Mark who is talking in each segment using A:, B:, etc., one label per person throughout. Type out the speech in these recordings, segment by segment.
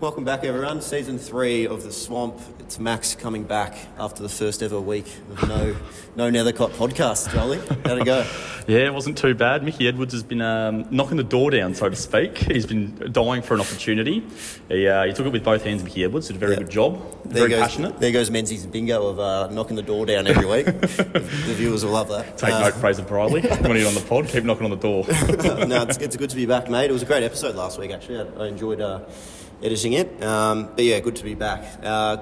A: Welcome back, everyone. Season three of the Swamp. It's Max coming back after the first ever week of no no Nethercott podcast. Jolie, how'd it go?
B: Yeah, it wasn't too bad. Mickey Edwards has been um, knocking the door down, so to speak. He's been dying for an opportunity. He, uh, he took it with both hands, Mickey Edwards. Did a very
A: Yeah.
B: good job. very
A: goes, Uh.
B: passionate.
A: There goes Menzies bingo of uh, knocking the door down every week. the, the viewers will love that. Uh,
B: Take note, Fraser Briley. when you're on the pod, keep knocking on the door.
A: no, it's, it's good to be back, mate. It was a great episode last week, actually. I, I enjoyed uh, editing it. Um, but yeah, good to be back. Uh,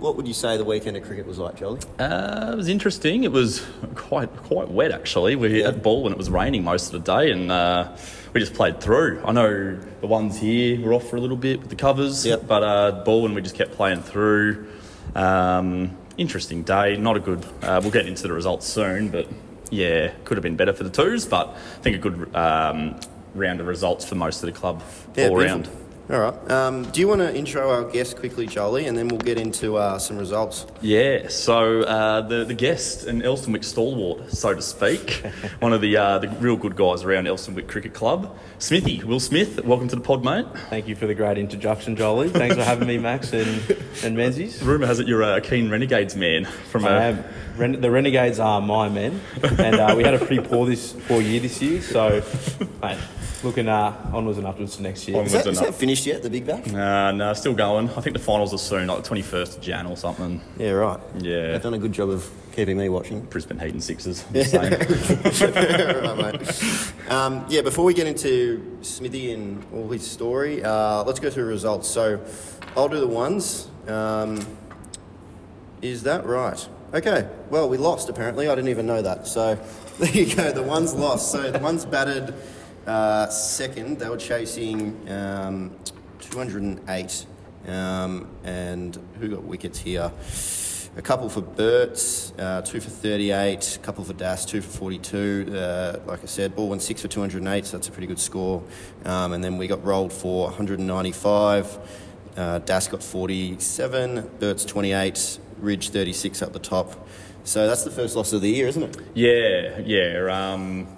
A: what would you say the weekend of cricket was like, Jolie?
B: Uh, it was interesting. It was quite quite wet actually. We
A: Yeah.
B: had ball when it was raining most of the day, and uh, we just played through. I know the ones here were off for a little bit with the covers,
A: Yep.
B: but uh, ball and we just kept playing through. Um, interesting day. Not a good. Uh, we'll get into the results soon, but yeah, could have been better for the twos. But I think a good um, round of results for most of the club
A: Yeah,
B: all
A: beautiful.
B: round.
A: All right. Um, do you want to intro our guest quickly, Jolie, and then we'll get into uh, some results?
B: Yeah, so uh, the the guest an Elstonwick stalwart, so to speak, one of the uh, the real good guys around Elstonwick Cricket Club, Smithy Will Smith. Welcome to the pod, mate.
C: Thank you for the great introduction, Jolie. Thanks for having me, Max and, and Menzies.
B: Rumor has it you're a keen Renegades man. From uh,
C: I
B: a,
C: am, Ren- the Renegades are my men, and uh, we had a pretty poor this poor year this year. So, mate, looking uh, onwards and upwards to next year.
A: Is
B: Onwards.
A: that,
B: Wasn't
A: is
B: it?
A: that finished yet, the big back?
B: nah, uh, nah, still going. I think the finals are soon, like twenty first of Jan or something.
A: Yeah, right.
B: Yeah.
A: They've done a good job of keeping me watching.
B: Brisbane Heat and Sixers. Same.
A: Right, mate. Um, yeah, before we get into Smithy and all his story, uh, let's go through results. So I'll do the ones. Um, is that right? Okay. Well, we lost apparently. I didn't even know that. So there you go. The ones lost. So the ones batted uh, second. They were chasing um, 208. Um, and who got wickets here? A couple for Burt's, uh, two for 38, a couple for Das, two for 42. Uh, like I said, ball went six for 208, so that's a pretty good score. Um, and then we got rolled for 195. Uh, Das got 47, Burt's 28, Ridge 36 up the top. So that's the first loss of the year, isn't it?
B: Yeah, yeah. Um,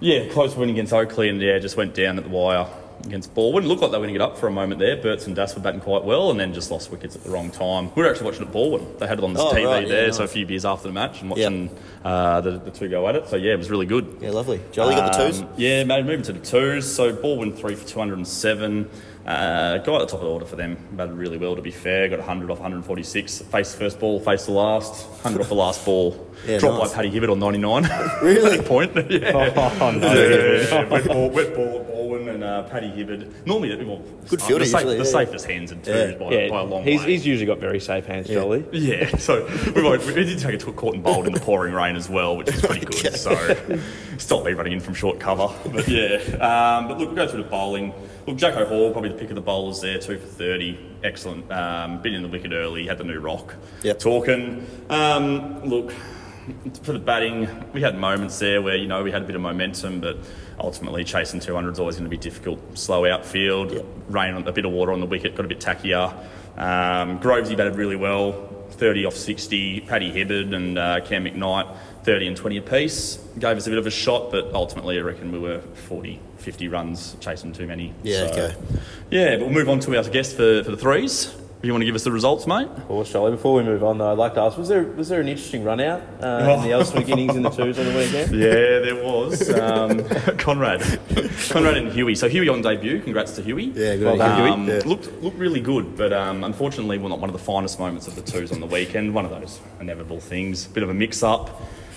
B: yeah, close win against Oakley and yeah, just went down at the wire against Ball. Wouldn't look like they were going to get up for a moment there. Burt's and Das were batting quite well and then just lost wickets at the wrong time. We were actually watching at Baldwin. They had it on the
A: Oh,
B: TV
A: right, yeah,
B: there, so a
A: nice.
B: few beers after the match and watching uh, the, the two go at it. So yeah, it was really good.
A: Yeah, lovely. Jolie got the twos.
B: Um, yeah, mate, moving to the twos. So Baldwin three for 207. Uh, guy at the top of the order for them. Batted really well, to be fair. Got 100 off 146. Faced the first ball, faced the last. 100 off the last ball.
A: Yeah,
B: Dropped
A: nice.
B: by Paddy Hibbert on 99.
A: Really?
B: At point. Yeah.
C: Oh, no.
B: Yeah, wet ball, wet ball at Baldwin and uh, Paddy Hibbert. Normally, well,
A: Good
B: the
A: fielder
B: safe-
A: usually,
B: The
A: yeah.
B: safest hands in twos
A: Yeah.
B: by,
C: Yeah,
B: by a long
C: he's,
B: way.
C: he's usually got very safe hands, Jolie.
B: Yeah, so we, won't, we did take a t- caught and bowled in the pouring rain as well, which is pretty good. So stop me running in from short cover. But yeah, um, but look, we'll go through the bowling. Look, Jacko Hall, probably the pick of the bowlers there, two for 30. Excellent. Um, been in the wicket early, had the new rock.
A: Yep.
B: Talking. Um, look, for the batting, we had moments there where, you know, we had a bit of momentum, but ultimately chasing 200 is always going to be difficult. Slow outfield, rain, on, a bit of water on the wicket, got a bit tackier. Um, Grovesy batted really well, 30 off 60. Paddy Hibbard and uh, Cam McKnight, 30 and 20 apiece. Gave us a bit of a shot, but ultimately I reckon we were 40, 50 runs chasing too many.
A: Yeah, okay.
B: Yeah, but we'll move on to our guest for, for the threes. If you want to give us the results, mate.
C: Of course, Jolie. Before we move on, though, I'd like to ask: was there was there an interesting run out uh, in the
B: Oh.
C: Elswick innings in the twos on the weekend?
B: Yeah, there was. Um, Conrad. Conrad and Huey. So Huey on debut. Congrats to Huey.
A: Yeah, good
C: Well
A: on you.
C: done.
B: Um,
A: Yeah.
B: Looked looked really good, but um, unfortunately, well, not one of the finest moments of the twos on the weekend. One of those inevitable things. Bit of a mix-up.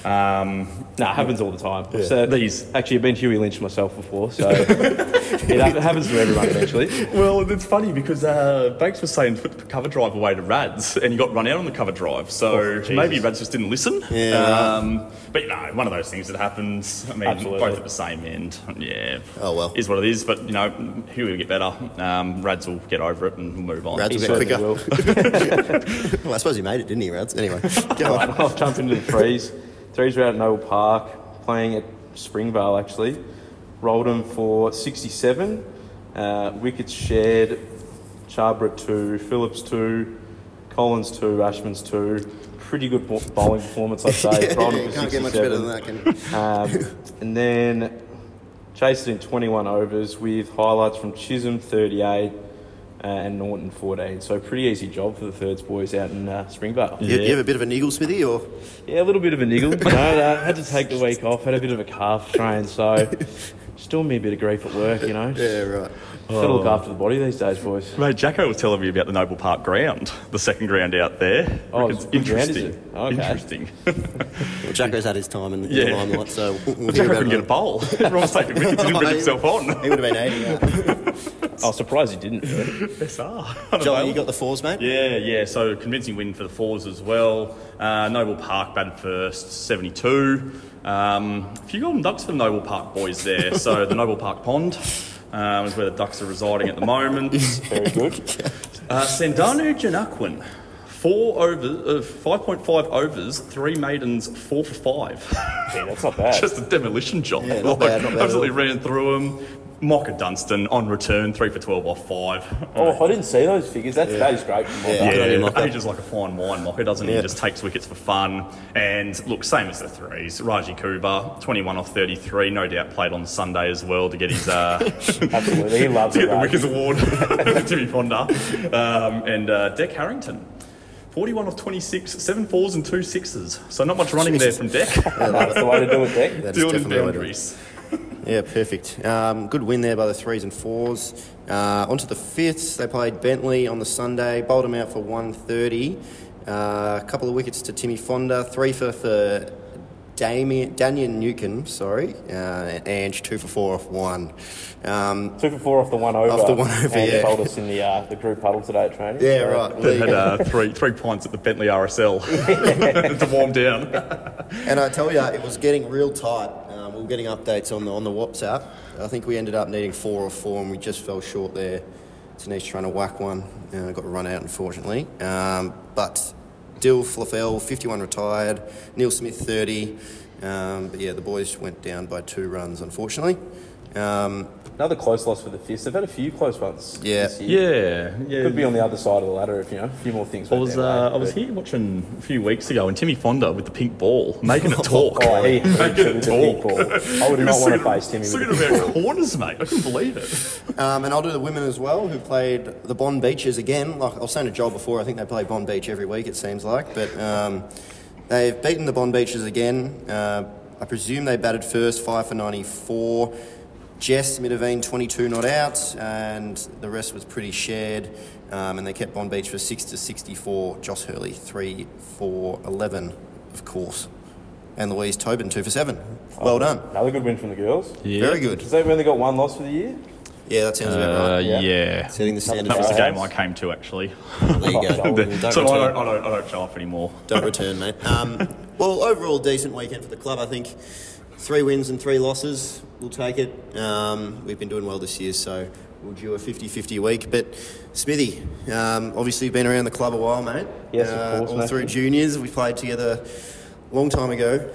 B: Um,
C: Nah, it happens all the time.
A: Yeah.
C: So
B: These-
C: these actually, I've been Huey Lynch myself before, so it hap- happens to everyone eventually.
B: well, it's funny because uh, Banks was saying put the cover drive away to Rads, and he got run out on the cover drive. So
C: Oh, Jesus.
B: maybe Rads just didn't listen.
A: Yeah.
B: Um, but you know, one of those things that happens. I mean,
C: Absolutely.
B: both at the same end. Yeah.
A: Oh, well.
B: Is what it is. But you know, Huey will get better. Um, Rads will get over it and we'll move on.
A: Rads
C: He
A: will get
C: certainly
A: quicker.
C: will.
A: Well, I suppose he made it, didn't he, Rads? Anyway, go on.
C: I'll jump into the threes. Threes were out at Noble Park, playing at Springvale actually. Rolled them for 67. Uh, wickets shared. Charbra 2, Phillips 2, Collins 2, Ashman's 2. Pretty good bo- bowling performance, I'd say.
A: Yeah,
C: Rolled 'em
A: you
C: for
A: can't get much
C: 67.
A: better than that, can you?
C: Um, and then chased it in 21 overs with highlights from Chisholm 38, uh, and Norton 14. So pretty easy job for the thirds boys out in uh, Springvale.
A: You, you
B: Yeah.
A: have a bit of a niggle, Smithy, or
C: Yeah, a little bit of a niggle. no, no, had to take the week off. Had a bit of a calf strain, so still me a bit of grief at work. You know,
A: yeah, right.
C: got to look after the body these days, boys.
B: Mate, Jacko was telling me about the Noble Park ground, the second ground out there.
C: Oh,
B: it's
C: it's- what ground is
B: interesting.
C: it? Okay.
B: Interesting.
A: Well, Jacko's had his time in the, in the
B: Yeah.
A: limelight, so we'll, we'll hear
B: Jacko
A: about
B: couldn't
A: it.
B: get a bowl. Everyone's taking wickets. He didn't bring himself on.
A: He would have been 80. yeah.
C: I was surprised you didn't. Really.
B: SR.
A: Johnny, you got the fours, mate?
B: Yeah, yeah. So convincing win for the Fours as well. Uh, Noble Park batted first, 72. Um, a few golden ducks for the Noble Park boys there. so the Noble Park Pond um, is where the ducks are residing at the moment.
C: Very good.
B: Uh, Sandano Janakwin. Four overs, uh, 5.5 overs, three maidens, four for five.
C: Yeah, that's not bad.
B: Just a demolition job.
A: Yeah, not bad, not bad at
B: absolutely ran through him. Mocker Dunstan on return, three for 12 off five.
C: Oh, I didn't see those figures. That's that is great.
A: Yeah.
B: Yeah,
A: Good on you, Mocker.
B: ages like a fine wine, Mocker, doesn't
A: Yeah.
B: he? Just takes wickets for fun. And look, same as the threes. Raji Kuba, 21 off 33, no doubt played on Sunday as well to get his uh,
C: Absolutely, he loves
B: to
C: it.
B: get the
C: right?
B: Wickers Award, to be fonder. Um, and uh, Deck Harrington, 41 off 26, seven fours and two sixes. So not much running there from Deck.
C: That's the way to do it, Dick.
A: That is
B: Doing his
A: definitely what it is.
B: boundaries.
A: Yeah, perfect. Um, good win there by the threes and fours. Uh, on to the fifths. They played Bentley on the Sunday, bowled them out for 130. Uh, a couple of wickets to Timmy Fonda, three for, for Damien, Daniel Newcomb, sorry, uh, and two for four off one. Um,
C: Two for four off the one over.
A: Off the one over,
C: And
A: yeah.
C: he told us in the uh, the group huddle today at training.
A: yeah,
C: So-
A: right. well, there
B: They
A: you
B: had
A: go.
B: uh, three, three pints at the Bentley RSL to warm down.
A: And I tell you, it was getting real tight. Um, we were getting updates on the on the WhatsApp. I think we ended up needing four or four, and we just fell short there. Denise trying to whack one, uh, got run out unfortunately. Um, but Dill Flafel, 51 retired, Neil Smith 30. Um, but yeah, the boys went down by two runs unfortunately. Um,
C: Another close loss for the Fists. They've had a few close ones.
A: Yeah.
C: This year.
B: Yeah, yeah.
C: Could be on the other side of the ladder if you know a few more things.
B: I
C: went
B: was
C: their way,
B: uh, I was
C: but-
B: here watching a few weeks ago, and Timmy Fonda with the pink ball making it talk.
C: Oh, he hates
B: making
C: it
B: it
C: with the big
B: talk.
C: ball. I would not want to face Timmy with
B: Looking
C: the
B: at about corners, mate. I couldn't believe it.
A: Um, and I'll do the women as well, who played the Bond Beaches again. Like I was saying to Joel before, I think they play Bond Beach every week, it seems like. But um, they've beaten the Bond Beaches again. Uh, I presume they batted first, 5 for 94. Jess Midavine, 22 not out, and the rest was pretty shared. Um, and they kept Bond Beach for 6 to 64. Joss Hurley, 3 for 11, of course. And Louise Tobin, 2 for 7. Well done.
C: Another good win from the girls.
A: Very good.
C: Has they only got one loss for the year?
A: Yeah, that sounds about
B: Uh,
A: right.
C: Uh, yeah.
A: Setting the standard.
B: That was the
A: for-
B: game I came to actually.
A: There you go.
B: so I
C: Oh, Don't
B: don't, I don't, I don't show up anymore.
A: Don't return, mate. Um, well, overall, decent weekend for the club, I think. Three wins and three losses, we'll take it. Um, we've been doing well this year, so we'll do a 50 50 week. But Smithy, um, obviously, you've been around the club a while, mate. Uh,
C: Yes, of course,
A: All
C: mate.
A: through juniors, we played together a long time ago. Um,
C: I
A: do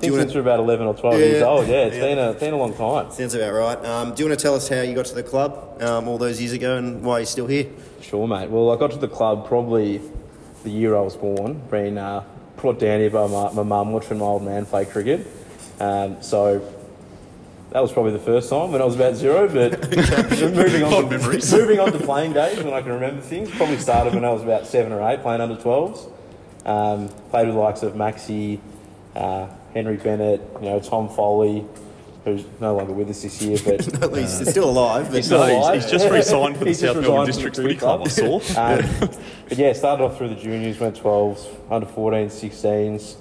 C: think
A: you
C: since
A: want
C: we're about 11 or 12 years
A: Yeah.
C: old. Yeah, it's
A: Yeah.
C: been a been a long time.
A: Sounds about right. Um, do you want to tell us how you got to the club um, all those years ago and why you're still here?
C: Sure, mate. Well, I got to the club probably the year I was born, being uh, brought down here by my, my mum watching my old man play cricket. Um, so that was probably the first time when I was about zero, but moving, on
B: Fond
C: to,
B: memories.
C: moving on to playing days when I can remember things, probably started when I was about seven or eight, playing under 12s. Um, played with the likes of Maxi, uh, Henry Bennett, you know, Tom Foley, who's no longer with us this year, but
A: At least it's still alive. But
C: still
B: No, he's-
C: alive.
B: he's, just re-signed for the
C: He's just
B: South Melbourne
C: resigned from
B: District
C: the
B: Footy Club. I saw.
C: um, but yeah, started off through the juniors, went 12s, under 14s, 16s,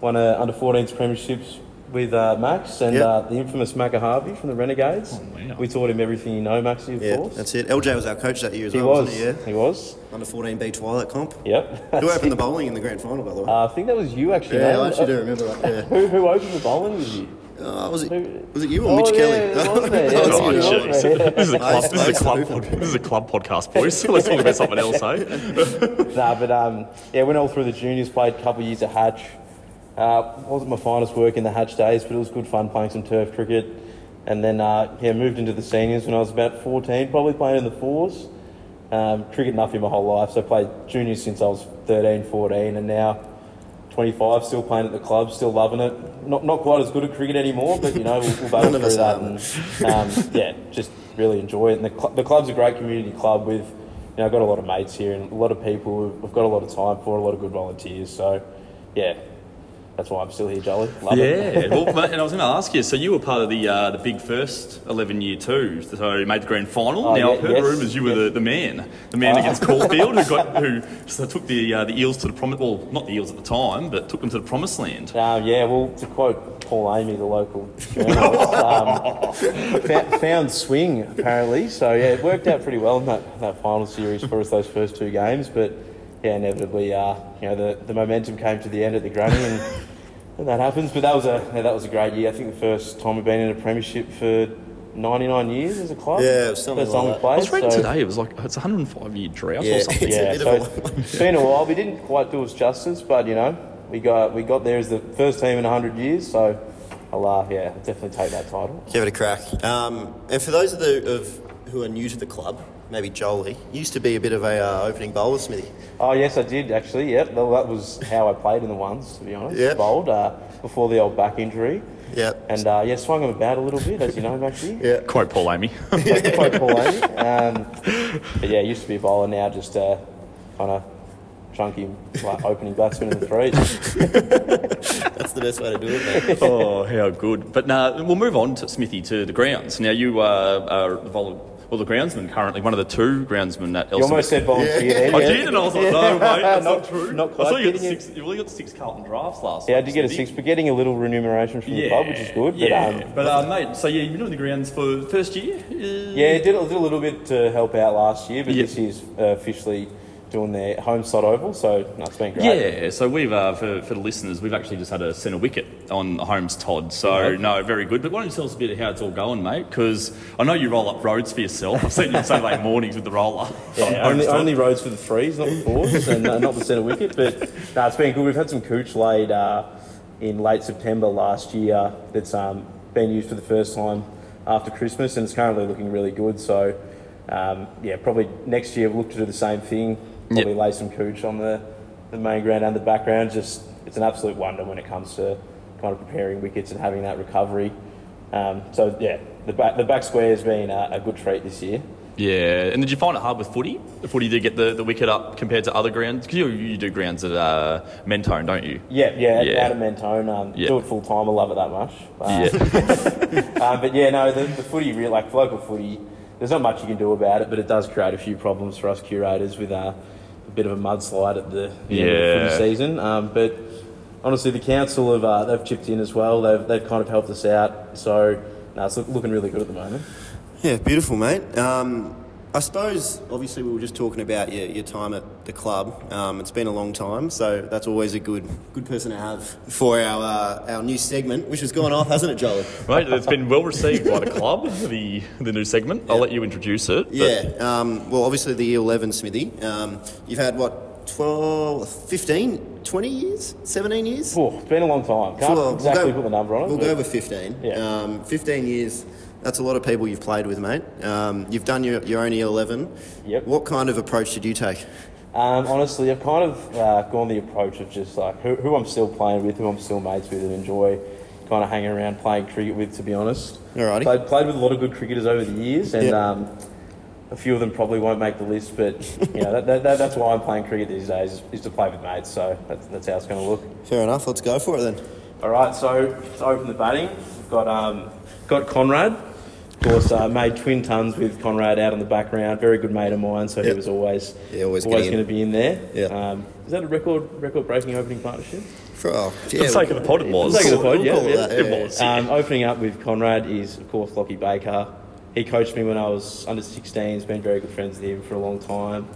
C: won a under 14s premierships with uh, Max and
A: Yep.
C: uh, the infamous Maca Harvey from the Renegades.
B: wow.
C: We taught him everything you know, Maxi, of
A: yeah,
C: course.
A: that's it. LJ was our coach that year as
C: he
A: well,
C: was.
A: wasn't he? Yeah.
C: He was.
A: Under 14B Twilight comp.
C: Yep.
A: Who opened the bowling in the grand final, by the way?
C: Uh, I think that was you actually.
A: yeah,
C: mate.
A: I actually do remember that.
C: Who, who opened the bowling with you?
A: Yeah. Uh, was
C: Who-
A: it was it you or
C: Oh,
A: Mitch
C: yeah,
A: Kelly?
C: it was me, yeah.
A: That's
B: Oh,
A: you,
C: Yeah.
A: right?
B: jeez. This is a club. This is a
A: Nice,
B: club.
A: nice.
B: pod- This is a club podcast, boys. Let's talk about something else, eh?
C: nah, but um, yeah, went all through the juniors, played a couple of years at Hatch. Uh, wasn't my finest work in the Hatch days, but it was good fun playing some turf cricket. And then uh, yeah, moved into the seniors when I was about 14, probably playing in the fours. Um, cricket nothing my whole life, so played juniors since I was 13, 14, and now 25, still playing at the club, still loving it. Not not quite as good at cricket anymore, but you know we'll, we'll battle
A: None of
C: through
A: us
C: that.
A: are,
C: And, um, yeah, just really enjoy it. And the, cl- the club's a great community club with, you know, I've got a lot of mates here and a lot of people we've, we've got a lot of time for, a lot of good volunteers. So, yeah, that's why I'm still here, Jolly. Love it.
B: Yeah, well, mate, and I was going to ask you. So you were part of the uh, the big first eleven year two. So you made the grand final.
C: Oh,
B: now
C: yeah,
B: I've heard
C: yes, Uh-huh.
B: rumours you were the, the man, the man against Caulfield, who got who so took the uh, the eels to the promised. Well, not the eels at the time, but took them to the promised land.
C: Um, yeah, well, to quote Paul Amy, the local journalist, um, found, found swing apparently. So yeah, it worked out pretty well in that, that final series for us those first two games. But yeah, inevitably, uh, you know, the, the momentum came to the end at the granny, and, and that happens. But that was a yeah, that was a great year. I think the first time we've been in a premiership for 99 years as a club.
A: Yeah, something
C: First
A: like
C: time we
A: that.
C: played,
B: I was reading
C: so-
B: today. It was like it's 105 year drought
A: Yeah.
B: or something.
A: It's a
C: yeah,
A: bit
C: so
A: of a-
C: it's been a while. We didn't quite do us justice, but you know, we got we got there as the first team in hundred years. So, I'll uh, yeah, definitely take that title.
A: Give it a crack. Um, and for those of, the, of who are new to the club, maybe Jolie used to be a bit of a uh, opening bowl with Smithy.
C: Oh yes, I did actually. Yep, well, that was how I played in the ones. To be honest,
A: Yeah.
C: bold uh, before the old back injury,
A: Yep.
C: and uh, yeah, swung him about a little bit, as you know, Maxie.
A: Yeah.
B: Quote Paul Amy.
C: Quite- quite Paul Amy. Um, but yeah, used to be a bowler, now just uh, kind of chunky like, opening batsman in the threes.
A: That's the best way to do it, mate.
B: oh, how good! But now we'll move on to Smithy to the grounds. Now you uh, are the vol- well the groundsman currently, one of the two groundsmen at
C: You
B: Elson.
C: almost said volunteer. then,
B: I
C: yeah.
B: did, and I was like, no, mate, that's not,
C: Not-
B: true.
C: not
B: I saw
C: quite
B: you got
C: getting it.
B: six. You only got six Carlton drafts last.
C: Yeah, I
B: night,
C: did get a
B: Smithy.
C: six, but getting a little remuneration from the club, which is good. But
B: yeah.
C: yeah, um,
B: but uh, mate, so yeah, you've been doing the grounds for the first year. Uh,
C: yeah, did a, did a little bit to help out last year, but
B: Yeah.
C: this year's uh, officially doing their home side oval, so no, it's been great.
B: Yeah, so we've uh, for, for the listeners, we've actually just had a centre wicket on Holmes Todd. So
C: Yeah.
B: no, very good. But why don't you tell us a bit of how it's all going, mate? Because I know you roll up roads for yourself. I've seen you on Saturday mornings with the roller.
C: Yeah,
B: on
C: only,
B: Holmes Todd.
C: only roads for the threes, not the fours, and uh, not the centre wicket. But no, it's been good. We've had some cooch laid uh, in late September last year that's um, been used for the first time after Christmas, and it's currently looking really good. So, um, yeah, probably next year we'll look to do the same thing. Probably
B: Yep.
C: lay some cooch on the, the main ground and the background. Just it's an absolute wonder when it comes to kind of preparing wickets and having that recovery. Um, so yeah, the back the back square has been uh, a good treat this year.
B: Yeah, and did you find it hard with footy? The footy did get the, the wicket up compared to other grounds. Because you, you do grounds at uh, Mentone, don't you?
C: Yeah, yeah,
B: Yeah.
C: out of Mentone. Um,
B: Yeah.
C: Do it full time. I love it that much. Uh,
B: Yeah.
C: um, but yeah, no, the, the footy, real like local footy, there's not much you can do about it, but it does create a few problems for us curators with uh, a bit of a mudslide at the, the end of the
B: Yeah.
C: footy season. Um, but honestly, the council have uh, they've chipped in as well. They've they've kind of helped us out. So no, it's look, looking really good at the moment.
A: Yeah, beautiful, mate. Um, I suppose, obviously, we were just talking about your, your time at the club. Um, it's been a long time, so that's always a good good person to have for our uh, our new segment, which has gone off, hasn't it, Jolie?
B: Right, it's been well received by the club, the, the new segment. I'll let you introduce it. but-
A: Yeah. Um, well, obviously, the E11 Smithy. Um, you've had, what, 12, 15, 20 years? 17 years?
C: Phew, it's been a long time. Can't
A: Well,
C: exactly
A: we'll go,
C: put the number on it.
A: We'll
C: but-
A: go with 15.
C: Yeah.
A: Um, 15 years, that's a lot of people you've played with, mate. Um, you've done your, your own E11.
C: Yep.
A: What kind of approach did you take?
C: Um, honestly, I've kind of uh, gone the approach of just like who, who I'm still playing with, who I'm still mates with, and enjoy kind of hanging around playing cricket with. To be honest,
A: Alrighty.
C: Played, played with a lot of good cricketers over the years, and
A: Yeah.
C: um, a few of them probably won't make the list. But you know, that, that, that, that's why I'm playing cricket these days is, is to play with mates. So that's, that's how it's going to look.
A: Fair enough, let's go for it then.
C: All right, so to open the batting, we've got um, got Conrad. Of course, uh, made twin tons with Conrad out in the background. Very good mate of mine, so
A: Yep.
C: he was always
A: Yeah, always
C: always
A: getting
C: going
A: in.
C: to be in there.
A: Yeah.
C: Um, is that a record record breaking opening partnership?
A: For, oh,
B: For
A: yeah,
B: the sake of the pod, it was.
C: the sake of the pod,
A: we'll
C: yeah,
A: call it
C: yeah.
A: that,
B: It was.
C: Um, opening up with Conrad is of course Lockie Baker. He coached me when I was under 16. He's been very good friends with him for a long time.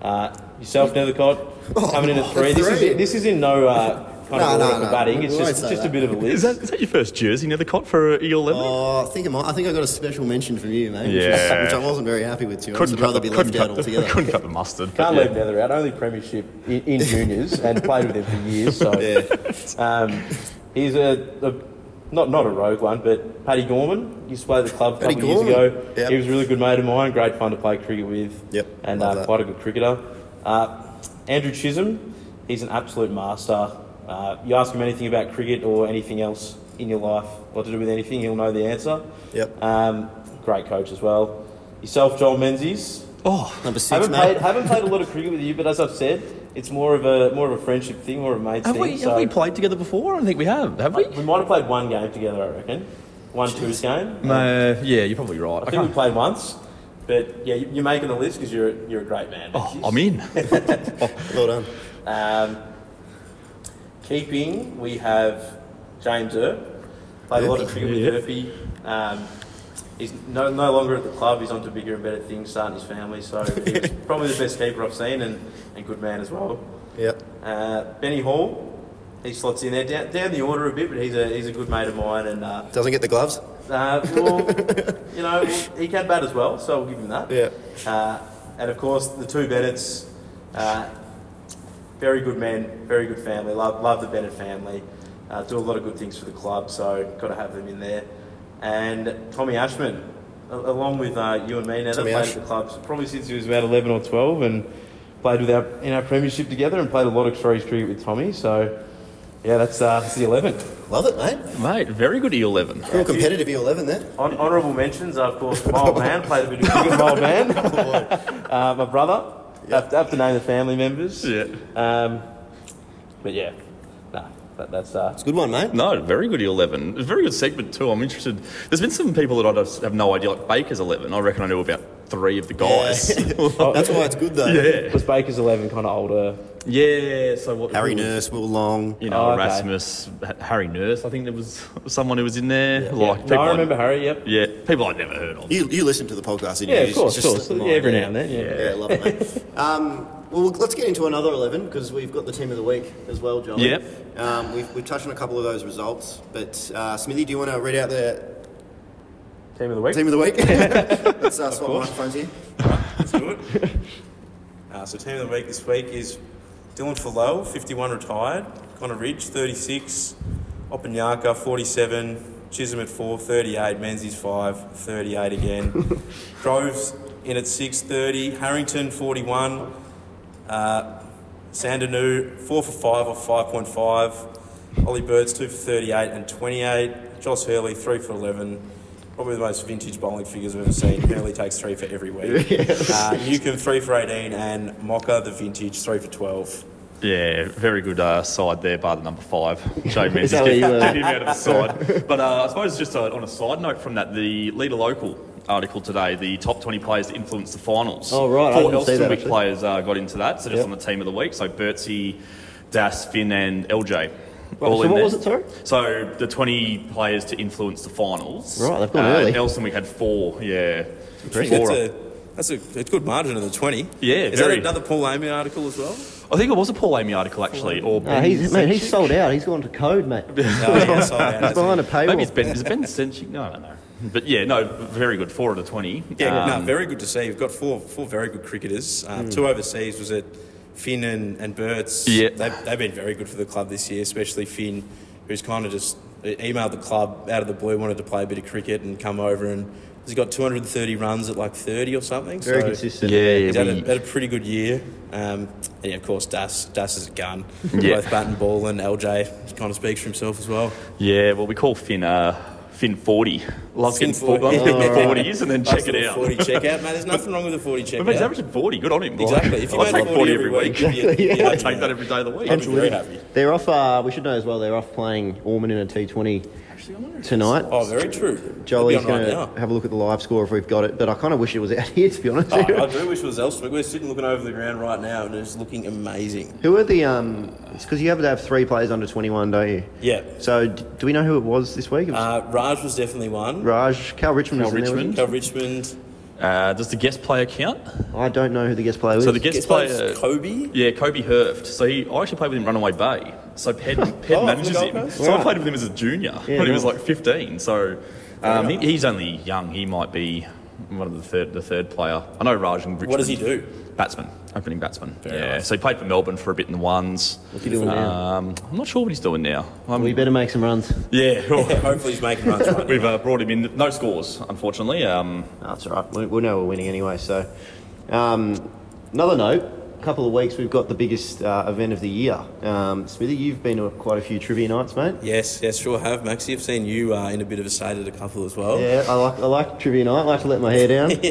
C: Uh, yourself, Nethercott, coming in at three. This is
A: three.
C: this is in no uh, kind
A: No,
C: of
A: no,
C: order for
A: no.
C: batting. It's
A: We won't
C: just
A: say
C: just a
A: that.
C: bit of a list.
B: Is that, is that your first jersey near the cot for E E11?
A: Oh, I think I, might, I think I got a special mention from you, mate.
B: Yeah.
A: Which, is, which I wasn't very happy with. Too. I'd
B: couldn't cut
A: rather be
B: the, couldn't
A: left out
B: cut, the,
A: altogether.
B: couldn't cut the mustard. but
C: Can't
B: yeah.
C: leave Nether out. Only premiership in, in juniors and played with him for years. So um, he's a, a not not a rogue one, but Paddy Gorman used to play at the club a
A: Paddy
C: couple of years
A: Gorman,
C: ago.
A: yep.
C: He was a really good mate of mine. Great fun to play cricket with.
A: Yep,
C: and
A: love
C: uh,
A: that.
C: quite a good cricketer. Uh, Andrew Chisholm, he's an absolute master. Uh, you ask him anything about cricket or anything else in your life, what to do with anything, he'll know the answer.
A: Yep.
C: Um, great coach as well. Yourself, Joel Menzies.
D: Oh, number six,
C: Haven't
D: mate.
C: played, haven't played a lot of cricket with you, but as I've said, it's more of a more of a friendship thing, more of a mate
B: Have
C: thing.
B: we,
C: so
B: have we played together before? I don't think we have. Have we?
C: we might have played one game together, I reckon. One twos game.
B: No. Uh, Yeah, you're probably right.
C: I think we played once, but yeah, you- you're making the list because you're a- you're a great man.
B: Oh,
C: Menzies.
B: I'm in.
D: Well done.
C: Um, keeping, we have James Earp. Played a lot of cricket with
B: Yeah.
C: Earpy. Um, he's no, no longer at the club. He's on to bigger and better things, starting his family. So he's probably the best keeper I've seen and, and good man as well.
D: Yep.
C: Uh, Benny Hall, he slots in there down, down the order a bit, but he's a, he's a good mate of mine. And uh,
D: Doesn't get the gloves.
C: uh, well, you know, he can bat as well, so we'll give him that.
D: Yeah.
C: Uh, and of course, the two Bennetts, uh, very good men, very good family. Love, love the Bennett family. Uh, do a lot of good things for the club, so got to have them in there. And Tommy Ashman, a- along with uh, you and me, now
D: Tommy
C: played
D: Ash.
C: at the club probably since he was about eleven or twelve, and played with our in our premiership together, and played a lot of Shrews cricket with Tommy. So, yeah, that's uh, that's the eleven.
D: Love it, mate.
B: Mate, very good E E11.
D: Real competitive E11 there.
C: Hon- honourable mentions, of course, my old man played a bit of cricket. with My old man, uh, my brother. Have, to, have to name the family members.
B: Yeah.
C: Um, but yeah, nah, that, that's uh,
D: It's a good one, mate.
B: No, very good E E11. Very good segment too. I'm interested. There's been some people that I just have no idea, like Baker's 11. I reckon I knew about three of the guys.
D: That's why it's good, though.
B: yeah.
C: was Baker's eleven, kind of older.
B: Yeah. So what?
D: Harry Nurse, Will Long.
B: You know,
C: Oh, okay.
B: Erasmus, H- Harry Nurse. I think there was someone who was in there. Like people.
C: No, I
B: I'd-
C: remember Harry. Yep.
B: yeah, people I'd never heard of.
D: You, you listen to the podcast, didn't
C: Yeah,
D: you?
C: of
D: It's
C: course, of
D: just
C: course.
D: slipped my
C: Yeah, every
D: mind.
C: now and then. Yeah.
D: Yeah, love it, mate. um, well, let's get into another 11 because we've got the team of the week as well, John.
B: Yep.
D: Um, we've, we've touched on a couple of those results, but uh, Smithy, do you want to read out the
C: Team of the week.
D: team of the week? let's uh, swap microphones here.
C: Let's do it. uh, so team of the week this week is Dylan Fallow, 51 retired, Connor Ridge, 36, Opanyaka, 47, Chisholm at 4, 38, Menzies 5, 38 again, Groves in at 6, 30, Harrington 41, uh, Sandanu 4 for 5 off 5.5, Ollie Birds 2 for 38 and 28, Joss Hurley 3 for 11. Probably the most vintage bowling figures we've ever seen. Hurley takes three for every week. Uh, Newcomb three for 18 and Mocker, the vintage, three for 12.
B: Yeah, very good uh, side there, bar the number five. Joe Menzies
C: that
B: get,
C: what
B: get
C: you, uh,
B: him out of the side. But uh, I suppose just uh on a side note from that, the Leader Local article today, the top 20 players that influenced the finals.
A: Oh, right, I
B: Four
A: didn't see
B: Elston
A: that,
B: Week
A: actually.
B: players uh, got into that, so just
A: Yep.
B: on the team of the week. So Bertsy, Das, Finn and LJ.
A: Right, so
B: in
A: what
B: there.
A: was it, sorry?
B: So the 20 players to influence the finals.
A: Right, they've gone early.
B: Elston Week had four, yeah.
A: Pretty
B: Four.
A: good.
B: Four.
C: That's a, that's a good margin of the 20.
B: Yeah,
C: Is
B: very.
C: that another Paul Amy article as well?
B: I think it was a Paul Amy article, actually. Or
A: No, Ah, he's, mate, he's sold out. He's gone to code, mate. He's
C: No, yeah, sorry, that's-
A: behind a paywall.
B: Maybe it's Ben. Is it Ben Senchik? No, I don't know. But yeah, no, very good. Four out of twenty.
C: Yeah,
B: Um,
C: no, very good to see. You've got four four very good cricketers. Um, Two overseas was it Finn and, and Burt's.
B: Yeah.
C: They, they've been very good for the club this year, especially Finn, who's kind of just e, emailed the club out of the blue, wanted to play a bit of cricket and come over and he's got 230 runs at like 30 or something.
A: very
C: so
A: consistent.
B: Yeah, yeah,
C: He's had a,
B: we-
C: had a pretty good year. Um, and yeah, of course, Das Das is a gun.
B: Yeah.
C: Both bat and ball, and LJ kind of speaks for himself as well.
B: yeah. Well, we call Finn uh, Finn forty. Loves
C: Finn
B: getting four-
C: 40.
B: loves getting
C: Oh,
B: forties and then
C: Nice
B: check it
C: little
B: out.
C: 40 checkout, mate. There's nothing wrong with a 40 checkout.
B: But he's averaging forty. Good on him. Like,
C: Exactly. If you
B: I'd
C: made
B: take
C: 40, every week, you'd be-
A: Exactly,
C: you'd be
A: yeah.
B: I'd
C: happy,
B: take
C: mate.
B: that every day of the week.
C: I'd be very happy.
A: They're off. Uh, we should know as well. They're off playing Ormond in a T20 tonight.
C: Oh, very true.
A: Jolie's
C: It'll be on
A: going
C: right
A: to have a look at the live score if we've got it, but I kind of wish it was out here to be honest.
C: now. Oh, I do wish it was Elswick. We're sitting looking over the ground right now, and it's looking amazing.
A: who are the? Um, it's because you have to have three players under 21, don't you?
C: Yeah.
A: So d- do we know who it was this week? It was
C: Uh, Raj was definitely one.
A: Raj, Cal Richmond.
B: Cal
A: was in there, wasn't
B: Richmond.
C: Cal Richmond.
B: Uh, does the guest player count?
A: he? I don't know who the guest player is.
B: So the guest,
C: Guess
B: player.
C: what? Kobe.
B: Yeah, Kobe Herft. So he, I actually played with him Runaway Bay. So Ped, Ped
C: Oh,
B: manages
C: from the
B: him.
C: Gold Coast?
B: So I played with him as a junior when he was
A: nice.
B: like 15. So um, he, he's only young. He might be one of the third the third player. I know Raj and Richmond.
C: What does he do?
B: Batsman, opening batsman.
C: Very
B: yeah.
C: nice.
B: So he played for Melbourne for a bit in the ones.
A: What's he doing
C: uh,
A: now?
B: Um, I'm not sure what he's doing now. Um,
A: we better make some runs.
B: yeah.
C: Yeah, hopefully he's making runs right
B: We've uh, brought him in. No scores, unfortunately. Um,
A: No, that's all right. We, we know we're winning anyway. So, um, another note. couple of weeks, we've got the biggest uh, event of the year. Um, Smithy, you've been to quite a few trivia nights, mate.
E: Yes, yes, sure have, Maxi. I've seen you uh, in a bit of a state at a couple as well.
A: Yeah, I like I like trivia night. I like to let my hair down.
E: Yeah,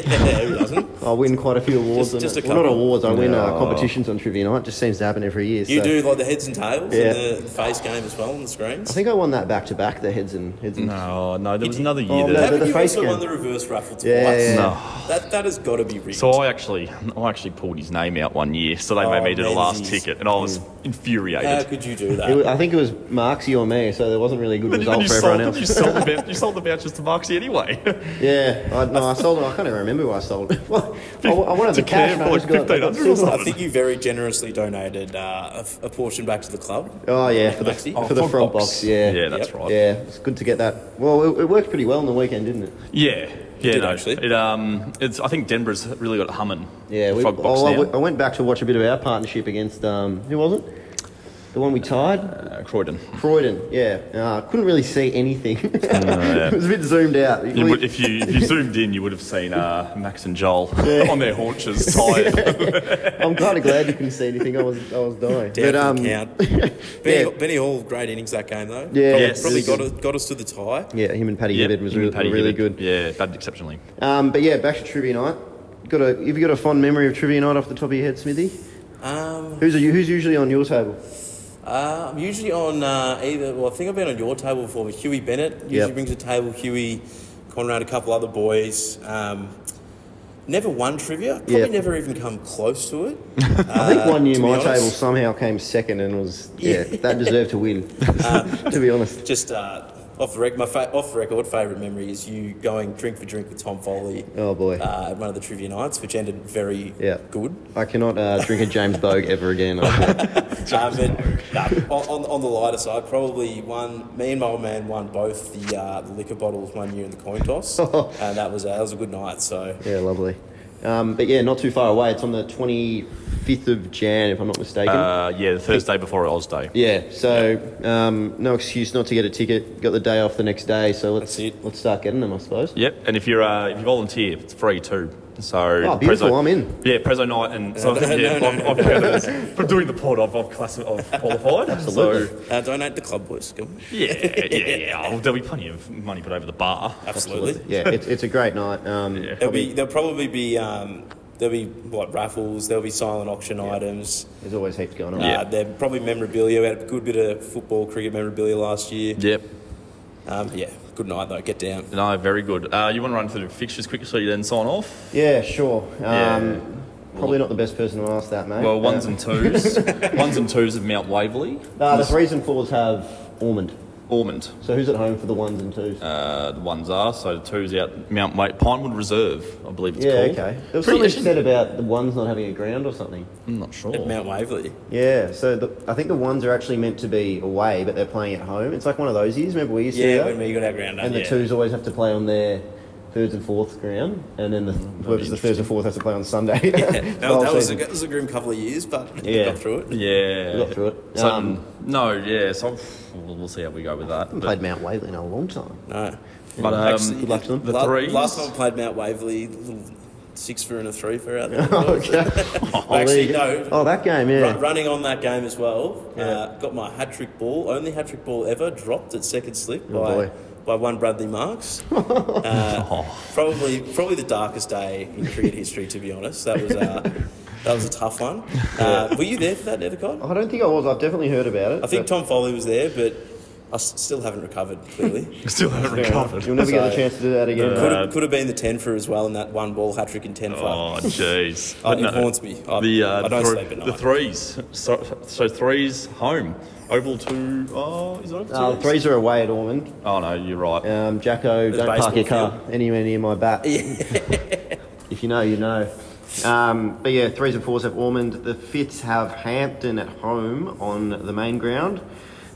E: who doesn't?
A: I win quite a few awards.
E: Just-
A: on
E: just
A: it.
E: a
A: Well, not
E: couple.
A: awards. I win uh, competitions on trivia night. It just seems to happen every year.
E: You
A: so-
E: do like the heads and tails
A: Yeah.
E: and the face game as well on the
A: I
E: screens.
A: think I won that back to back. The heads and heads and.
B: No, no, there was another year
A: Oh,
B: that.
A: no,
E: Haven't
A: the- the
E: you
A: face
E: also
A: game.
E: won the reverse raffle twice?
A: Yeah, yeah, yeah.
B: No.
E: That, that has got to be rigged.
B: So I actually, I actually pulled his name out one year, so they
A: Oh,
B: made me do the
E: man,
B: last
E: jeez.
B: ticket, and I was
A: Hmm.
B: infuriated.
A: Uh,
E: How could you do that?
A: It wa- I think it was Marksy or me, so there wasn't really a good
B: But
A: result
B: but you
A: for everyone
B: sold,
A: else.
B: you, sold the, vou- you sold the vouchers to Marksy anyway.
A: Yeah, I, no, I sold it. I can't even remember what I sold it. Well, I, I wanted
B: To
A: the cash. and
B: Cam for
A: I
B: like
A: just got- I got
B: 1500 or
A: silver.
E: I
B: something.
E: think you very generously donated uh, a f- a, portion back to the club.
A: Oh yeah, for the
E: Maxi?
A: for the
B: Frog
A: front
B: box.
A: box. yeah,
B: yeah, that's right.
A: yeah. It's good to get that. Well, it, it worked pretty well on the weekend, didn't it?
B: Yeah, yeah,
E: did
B: no,
E: actually.
B: It, um, it's. I think Denver's really got it humming.
A: Yeah,
B: the
A: we,
B: frog box
A: oh, I
B: now.
A: w- I went back to watch a bit of our partnership against um, who was it? The one we tied,
B: Uh, Croydon.
A: Croydon. Yeah, uh, couldn't really see anything. it was a bit zoomed out.
B: You
A: We-
B: would- if you if you zoomed in, you would have seen uh, Max and Joel on their haunches, tired.
A: I'm kind of glad you couldn't see anything. I was I was dying.
E: Down
A: but um,
E: to the count. Benny, Benny Hall, great innings that game though.
A: Yeah.
E: Probably-
A: Yes.
E: probably
A: Really
E: got, us- got us to the tie.
A: yeah, him and Paddy
B: Yeah,
A: Hibbard was
B: him
A: really,
B: and Paddy
A: really
B: Hibbard.
A: good.
B: Yeah, batted exceptionally.
A: Um, but yeah, back to trivia night. Got a have you got a fond memory of trivia night off the top of your head, Smithy?
E: Um,
A: Who's are you, who's usually on your table?
E: uh, I'm usually on uh, either. Well, I think I've been on your table before. But Huey Bennett usually
A: Yep.
E: brings a table. Huey, Conrad, a couple other boys. Um, never won trivia. Probably
A: Yep.
E: never even come close to it.
A: I
B: Uh,
A: think one year
E: to be
A: my
E: honest-
A: table somehow came second and was yeah, that deserved to win.
B: Uh,
A: to be honest.
E: Just uh, off the record, my fa- off the record favourite memory is you going drink for drink with Tom Foley.
A: Oh, boy.
E: Uh, at one of the trivia nights, which ended very
A: Yeah.
E: good.
A: I cannot uh, drink a James Bogue ever again. I-
E: Uh, but no, on, on- on the lighter side, probably one. Me and my old man won both the, uh, the liquor bottles one year in the coin toss, and that was a, that was a good night. So
A: yeah, lovely. Um, but yeah, not too far away. It's on the 25th of Jan, if I'm not mistaken.
B: Uh, yeah, the Thursday before Oz Day.
A: yeah, so um, no excuse not to get a ticket. Got the day off the next day, so let's
E: That's it.
A: let's start getting them, I suppose.
B: Yep, and if you're uh, if you volunteer, it's free too. So oh,
A: beautiful, I'm in.
B: Yeah, Prezzo night, and so I think yeah, I've, I've from doing the pod, I've, I've, classi- I've qualified.
A: Absolutely.
B: So,
E: uh, donate to Club Boys. Come on.
B: yeah, yeah, yeah. Oh, there'll be plenty of money put over the bar.
A: Uh,
E: Absolutely.
A: Yeah, it's, it's a great night. Um,
E: There'll be there'll probably be um, there'll be what raffles. There'll be silent auction items.
A: There's always heaps going on.
E: Uh, they're probably memorabilia. We had a good bit of football, cricket memorabilia last year.
B: Yep.
E: Um, yeah, good night though. Get down.
B: No, very good. Uh, you want to run through the fixtures quickly, then sign off.
A: Yeah, sure. Um,
B: Yeah.
A: Probably not the best person to ask that, mate.
B: Well, ones
A: Uh,
B: and twos, ones and twos of Mount Waverley,
A: no, uh, the threes and fours have Ormond.
B: Ormond.
A: So who's at home for the ones and twos?
B: Uh, the ones are so the twos out Mount Wa- Pinewood Reserve, I believe it's
A: yeah,
B: called.
A: okay. There was
B: Pretty
A: something
B: interesting.
A: said about the ones not having a ground or something.
B: I'm not sure.
E: At Mount Waverley.
A: Yeah, so the, I think the ones are actually meant to be away, but they're playing at home. It's like one of those years. Remember we used to do
E: Yeah,
A: that?
E: when we got our ground up.
A: and the
E: yeah.
A: twos always have to play on their thirds and fourth ground, and then the
E: Mm,
A: whoever's the thirds and fourth has to play on Sunday.
E: That, that was a, that was a grim couple of years, but we
A: Yeah.
E: got through it.
B: Yeah.
A: We got through it.
B: So,
A: Um,
B: no, yeah, so we'll, we'll see how we go with that.
A: haven't played Mount Waverley in a long time.
E: No.
B: But, um,
E: Actually,
A: Good luck to them.
B: The
E: la-
B: threes?
E: Last time I played Mount Waverley, little six for and a three for out there.
A: okay.
E: Well, actually, no.
A: Oh, that game, yeah.
E: Ru- running on that game as well. Uh, got my hat trick ball, only hat trick ball ever, dropped at second slip
A: Oh,
E: by,
A: boy.
E: by one Bradley Marks. Uh, Probably probably the darkest day in cricket history, to be honest. That was uh, that was a tough one. Uh, were you there for that, Nethercott?
A: I don't think I was. I've definitely heard about it.
E: I think
A: but
E: Tom Foley was there, but I s- still haven't recovered. Clearly,
B: Still haven't
A: fair enough.
B: recovered.
A: You'll never get a
E: So-
A: chance to do that again.
E: could have, could have been the ten for as well in that one ball hat trick and ten for.
B: Oh, jeez.
E: Oh,
B: But
E: it haunts me. I-
B: the, uh,
E: I don't
B: thre-
E: sleep at
B: The
E: night.
B: threes. So, so threes home. Oval to, oh, is it oval to?
A: Uh, the threes are away at Ormond.
B: Oh, no, you're right.
A: Um, Jacko,
E: The
A: don't park your
E: baseball
A: car anywhere near my bat. if you know, you know. Um, but yeah, threes and fours have Ormond. The fifths have Hampton at home on the main ground,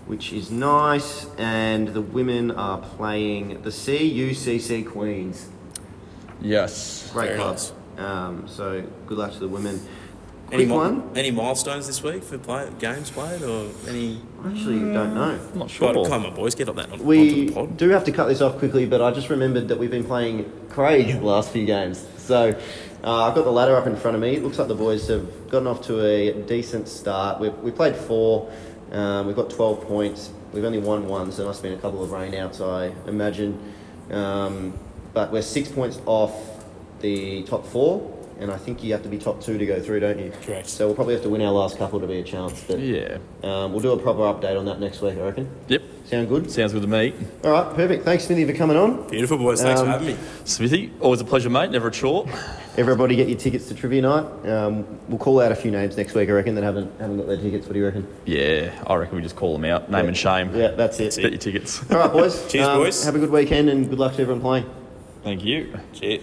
A: which is nice. And the women are playing the CUCC Queens.
B: Yes.
A: Great
E: Very
A: clubs. Um, so good luck to the women.
E: Any
A: Quick
E: mi-
A: one.
E: Any milestones this week for play, games played or any?
A: I actually don't know.
B: I'm not sure.
E: God, come on, boys, get up that on, onto
A: We
E: the pod.
A: do have to cut this off quickly, but I just remembered that we've been playing Craig the last few games. So uh, I've got the ladder up in front of me. It looks like the boys have gotten off to a decent start. We've, we played four, um, we've got 12 points. We've only won one, so there must have been a couple of rainouts, I imagine. Um, but we're six points off the top four, and I think you have to be top two to go through, don't you?
E: Correct.
A: So we'll probably have to win our last couple to be a chance. But
B: Yeah.
A: um, we'll do a proper update on that next week, I reckon.
B: Yep.
A: Sound good?
B: Sounds good to me.
A: All right, perfect. Thanks, Smithy, for coming on.
E: Beautiful, boys. Thanks
A: Um,
E: for having me.
B: Smithy, always a pleasure, mate. Never a chore.
A: Everybody get your tickets to trivia night. Um, we'll call out a few names next week, I reckon, that haven't haven't got their tickets. What do you reckon?
B: Yeah, I reckon we just call them out. Name and shame.
A: Yeah, that's it.
B: Get your tickets.
A: All right, boys. Um,
E: Cheers, boys.
A: Have a good weekend and good luck to everyone playing.
B: Thank you.
E: Cheers.